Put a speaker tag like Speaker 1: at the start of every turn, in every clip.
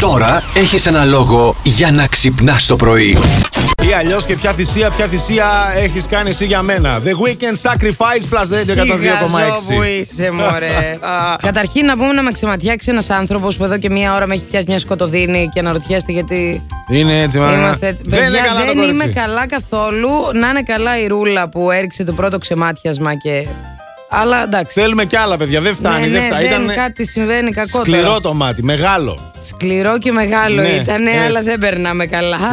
Speaker 1: Τώρα έχεις ένα λόγο για να ξυπνάς το πρωί.
Speaker 2: Ή αλλιώς και ποια θυσία, ποια θυσία έχεις κάνει εσύ για μένα. The Weekend Sacrifice Plus Radio 102,6.
Speaker 3: που είσαι, μωρέ. Α, Καταρχήν να πούμε να με ξεματιάξει ένας άνθρωπος που εδώ και μία ώρα με έχει πιάσει μια σκοτωδίνη και αναρωτιέστε γιατί
Speaker 2: Είναι έτσι, μάνα.
Speaker 3: είμαστε έτσι.
Speaker 2: Δεν είναι
Speaker 3: Παιδιά,
Speaker 2: καλά το
Speaker 3: δεν είμαι
Speaker 2: κορίτσι.
Speaker 3: καλά καθόλου. Να είναι καλά η ρούλα που έριξε το πρώτο ξεμάτιασμα και. Αλλά εντάξει.
Speaker 2: Θέλουμε κι άλλα, παιδιά. Δεν φτάνει.
Speaker 3: ναι,
Speaker 2: δεν
Speaker 3: ναι,
Speaker 2: φτάνει.
Speaker 3: δεν
Speaker 2: Ήτανε
Speaker 3: κάτι συμβαίνει κακό
Speaker 2: σκληρό
Speaker 3: τώρα.
Speaker 2: το μάτι, μεγάλο.
Speaker 3: Σκληρό και μεγάλο
Speaker 2: Ναι,
Speaker 3: ήταν,
Speaker 2: έτσι.
Speaker 3: αλλά δεν περνάμε καλά.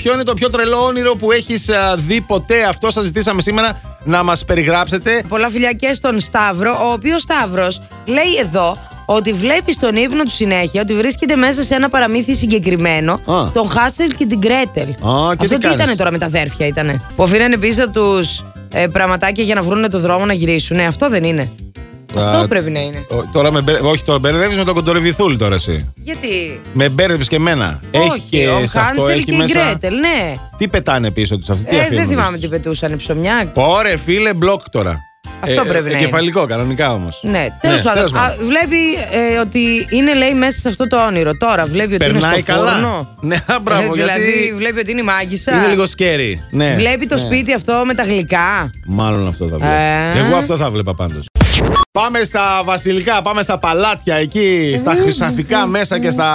Speaker 2: Ποιο είναι το πιο τρελό όνειρο που έχεις δει ποτέ, αυτό σας ζητήσαμε σήμερα να μας περιγράψετε.
Speaker 3: Πολλά φιλιά και στον Σταύρο, ο οποίος Σταύρος λέει εδώ ότι βλέπεις τον ύπνο του συνέχεια, ότι βρίσκεται μέσα σε ένα παραμύθι συγκεκριμένο,
Speaker 2: Α.
Speaker 3: τον Χάσελ και την Γκρέτελ.
Speaker 2: και τι
Speaker 3: Αυτό τι
Speaker 2: κάνεις?
Speaker 3: ήταν τώρα με τα αδέρφια, ήτανε. Που αφήνανε πίσω τους ε, πραγματάκια για να βρουν το δρόμο να γυρίσουν. Ναι, αυτό δεν είναι. Αυτό πρέπει να είναι.
Speaker 2: Ο- Τώρα με μπερ- Όχι, τώρα μπερδεύεις με τον κοντορεβιθούλη τώρα εσύ.
Speaker 3: Γιατί.
Speaker 2: Με μπέρδεψε και εμένα. έχει
Speaker 3: Όχι,
Speaker 2: και
Speaker 3: ο
Speaker 2: σε αυτό,
Speaker 3: Χάνσελ
Speaker 2: έχει
Speaker 3: και η
Speaker 2: μέσα.
Speaker 3: Γκρέτελ, ναι.
Speaker 2: Τι πετάνε πίσω τους αυτή, τι
Speaker 3: Ε,
Speaker 2: αφήνουν
Speaker 3: δεν
Speaker 2: πίσω
Speaker 3: θυμάμαι
Speaker 2: τους.
Speaker 3: τι πετούσαν, ψωμιά.
Speaker 2: Ωρε φίλε, μπλοκ τώρα.
Speaker 3: Αυτό πρέπει να είναι.
Speaker 2: Κεφαλικό, κανονικά όμως.
Speaker 3: Ναι, τέλος πάντων. α, Βλέπει ε, ότι είναι, λέει, μέσα σε αυτό το όνειρο. Τώρα βλέπει ότι είναι
Speaker 2: Περνάει
Speaker 3: στο
Speaker 2: καλά.
Speaker 3: φούρνο.
Speaker 2: Ναι, α, μπράβο,
Speaker 3: δηλαδή
Speaker 2: γιατί
Speaker 3: βλέπει ότι είναι η μάγισσα. Ε,
Speaker 2: είναι λίγο σκέρι. Ναι.
Speaker 3: Βλέπει το
Speaker 2: Ναι.
Speaker 3: σπίτι αυτό με τα γλυκά.
Speaker 2: Μάλλον αυτό θα βλέπω.
Speaker 3: Ε.
Speaker 2: Εγώ αυτό θα βλέπα πάντως. Πάμε στα βασιλικά, πάμε στα παλάτια εκεί, στα
Speaker 3: Ε.
Speaker 2: χρυσαφικά μέσα και στα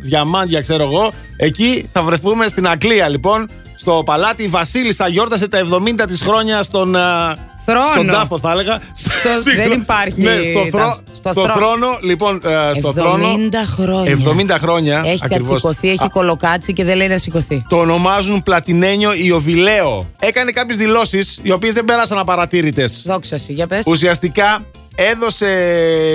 Speaker 2: διαμάντια, ξέρω εγώ. Εκεί θα βρεθούμε στην Αγγλία, λοιπόν. Στο παλάτι η Βασίλισσα γιόρτασε τα 70 της χρόνια στον, α,
Speaker 3: Θρόνος.
Speaker 2: στον τάφο, θα έλεγα. Συγγνώμη.
Speaker 3: δεν υπάρχει
Speaker 2: Ναι, στο, θρό-
Speaker 3: τάφος. Στο
Speaker 2: στο
Speaker 3: θρό-
Speaker 2: θρόνο, λοιπόν, ε, στο
Speaker 3: 70
Speaker 2: θρόνο.
Speaker 3: χρόνια.
Speaker 2: 70 χρόνια.
Speaker 3: Έχει
Speaker 2: ακριβώς.
Speaker 3: κατσικωθεί, έχει
Speaker 2: Α,
Speaker 3: κολοκάτσει και δεν λέει να σηκωθεί.
Speaker 2: το ονομάζουν Πλατινένιο Ιωβιλέο. Έκανε κάποιες δηλώσεις, οι οποίες δεν πέρασαν απαρατήρητες.
Speaker 3: Δόξα σου, για πες.
Speaker 2: Ουσιαστικά έδωσε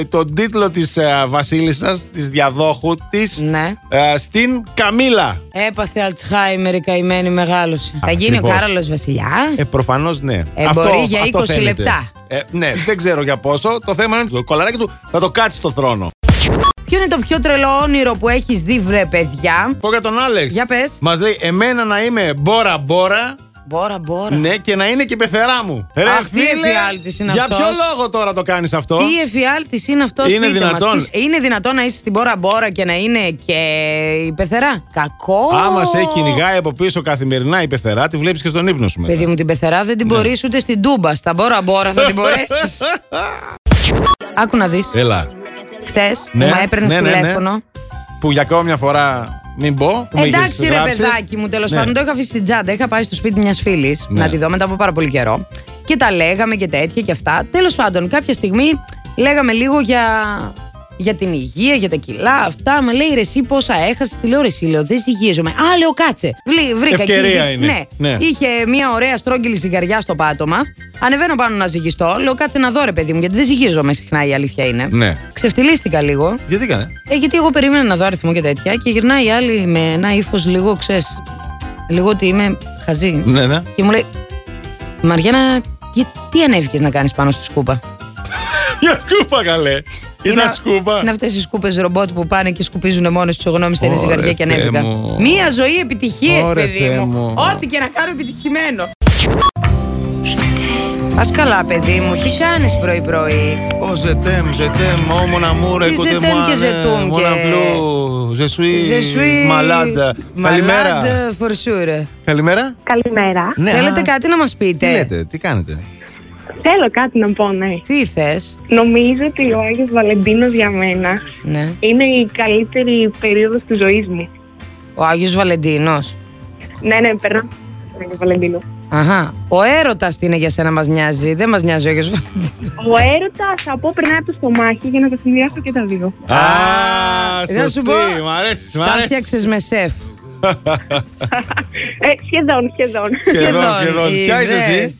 Speaker 2: τον τίτλο της ε, βασίλισσας, της διαδόχου της,
Speaker 3: Ναι.
Speaker 2: ε, στην Καμίλα.
Speaker 3: Έπαθε Αλτσχάιμερ η καημένη μεγάλωση. Θα γίνει ο
Speaker 2: Ακριβώς.
Speaker 3: Κάρολος Βασιλιάς.
Speaker 2: Ε, προφανώς ναι.
Speaker 3: Ε, μπορεί για 20
Speaker 2: θέλετε.
Speaker 3: λεπτά.
Speaker 2: Ε, ναι, δεν ξέρω για πόσο. Το θέμα είναι το κολαράκι του θα το κάτσει στο θρόνο.
Speaker 3: Ποιο είναι το πιο τρελό όνειρο που έχεις δει, βρε παιδιά.
Speaker 2: Πω για τον Άλεξ.
Speaker 3: Για πες.
Speaker 2: Μας λέει εμένα να είμαι μπόρα μπόρα,
Speaker 3: Μπόρα, μπόρα.
Speaker 2: ναι, και να είναι και η πεθερά μου. Ρε
Speaker 3: Αχ, τι εφιάλτης είναι
Speaker 2: για
Speaker 3: αυτός.
Speaker 2: ποιο λόγο τώρα το κάνεις αυτό.
Speaker 3: Τι εφιάλτης είναι αυτός
Speaker 2: Είναι δυνατόν.
Speaker 3: είναι δυνατόν να είσαι στην Μπόρα Μπόρα και να είναι και η πεθερά. Κακό.
Speaker 2: Άμα σε κυνηγάει από πίσω καθημερινά η πεθερά, τη βλέπεις και στον ύπνο σου μετά.
Speaker 3: Παιδί μου την πεθερά δεν την
Speaker 2: Ναι.
Speaker 3: μπορείς ούτε στην τούμπα. Στα Μπόρα Μπόρα θα την μπορέσεις. Άκου να δεις.
Speaker 2: Έλα.
Speaker 3: Χθες
Speaker 2: Ναι,
Speaker 3: που με έπαιρνες
Speaker 2: ναι, ναι, ναι.
Speaker 3: τηλέφωνο.
Speaker 2: που για ακόμη μια φορά μην πω. Που με είχες
Speaker 3: Εντάξει, ρε
Speaker 2: γράψει.
Speaker 3: παιδάκι μου, τέλος
Speaker 2: Ναι.
Speaker 3: πάντων το είχα αφήσει στην τσάντα. Είχα πάει στο σπίτι μιας φίλης
Speaker 2: Ναι.
Speaker 3: να τη δω μετά από πάρα πολύ καιρό. Και τα λέγαμε και τέτοια και αυτά. Τέλος πάντων, κάποια στιγμή λέγαμε λίγο για, για την υγεία, για τα κιλά, αυτά. Με λέει ρε, εσύ πόσα έχασες. Τη λέω ρε, εσύ, λέω, δεν συγχύζομαι. Α, λέω, κάτσε. Βλή, βρήκα εκεί,
Speaker 2: Ευκαιρία
Speaker 3: εκεί.
Speaker 2: είναι.
Speaker 3: Ναι.
Speaker 2: Ναι.
Speaker 3: Είχε μια ωραία στρόγγυλη σιγαριά στο πάτωμα. Ανεβαίνω πάνω να ζυγιστώ. Λέω, κάτσε να δω, ρε παιδί μου, γιατί δεν ζυγίζομαι συχνά η αλήθεια είναι.
Speaker 2: Ναι.
Speaker 3: Ξεφτυλίστηκα λίγο.
Speaker 2: Γιατί κάνε.
Speaker 3: Ε, γιατί εγώ περίμενα να δω αριθμό και τέτοια και γυρνάει η άλλη με ένα ύφος λίγο, ξέρεις. Λίγο ότι είμαι χαζή.
Speaker 2: Ναι, ναι.
Speaker 3: Και μου λέει, Μαριάννα, γιατί τι ανέβηκες να κάνεις πάνω στη σκούπα.
Speaker 2: Για σκούπα καλέ.
Speaker 3: Είναι-
Speaker 2: Ήταν σκούπα.
Speaker 3: Είναι αυτέ οι σκούπες ρομπότ που πάνε και σκουπίζουν μόνες τους γνώμη στην
Speaker 2: Ωρε,
Speaker 3: ζυγαριά και
Speaker 2: Θεέ
Speaker 3: ανέβηκαν.
Speaker 2: μου.
Speaker 3: Μία ζωή επιτυχίες,
Speaker 2: Ωρε,
Speaker 3: παιδί
Speaker 2: Θεέ
Speaker 3: μου.
Speaker 2: μου.
Speaker 3: Ό,τι και να κάνω επιτυχημένο. Α καλά, παιδί μου, τι κάνεις πρωί-πρωί.
Speaker 2: Ω ζετέμ, ζετέμ, ω μοναμούρα,
Speaker 3: Τι
Speaker 2: écoutez-moi,
Speaker 3: ζετέμ και
Speaker 2: ναι,
Speaker 3: ζετούμ
Speaker 2: mon
Speaker 3: και-
Speaker 2: amour, je suis
Speaker 3: Je suis
Speaker 2: malade. Καλημέρα.
Speaker 3: malade for sure.
Speaker 2: Καλημέρα.
Speaker 4: Καλημέρα.
Speaker 2: Ναι,
Speaker 3: Θέλετε
Speaker 2: α,
Speaker 3: κάτι να μας πείτε.
Speaker 2: Τι λέτε, τι κάνετε.
Speaker 4: Θέλω κάτι να πω, ναι.
Speaker 3: Τι θες,
Speaker 4: Νομίζω ότι ο Άγιος Βαλεντίνος για μένα
Speaker 3: ναι.
Speaker 4: είναι η καλύτερη περίοδος της ζωής μου.
Speaker 3: Ο Άγιος Βαλεντίνος.
Speaker 4: Ναι, ναι, περνάω τον Άγιο Βαλεντίνο.
Speaker 3: Αχα. Ο έρωτας τι είναι για σένα μας νοιάζει. Δεν μας νοιάζει ο Άγιος Βαλεντίνος.
Speaker 4: Ο έρωτας θα πω περνάει από το στομάχι για να τα συνδυάσω και τα δύο.
Speaker 2: Α,
Speaker 3: να σου πω,
Speaker 2: σωστή, μ' αρέσεις, μ'
Speaker 3: Τα
Speaker 2: αρέσεις.
Speaker 3: φτιάξες με σεφ.
Speaker 4: Ε, σχεδόν, σχεδόν.
Speaker 2: Σχεδόν, σχεδόν. Ποια είσαι
Speaker 3: Είδες.
Speaker 2: εσύ.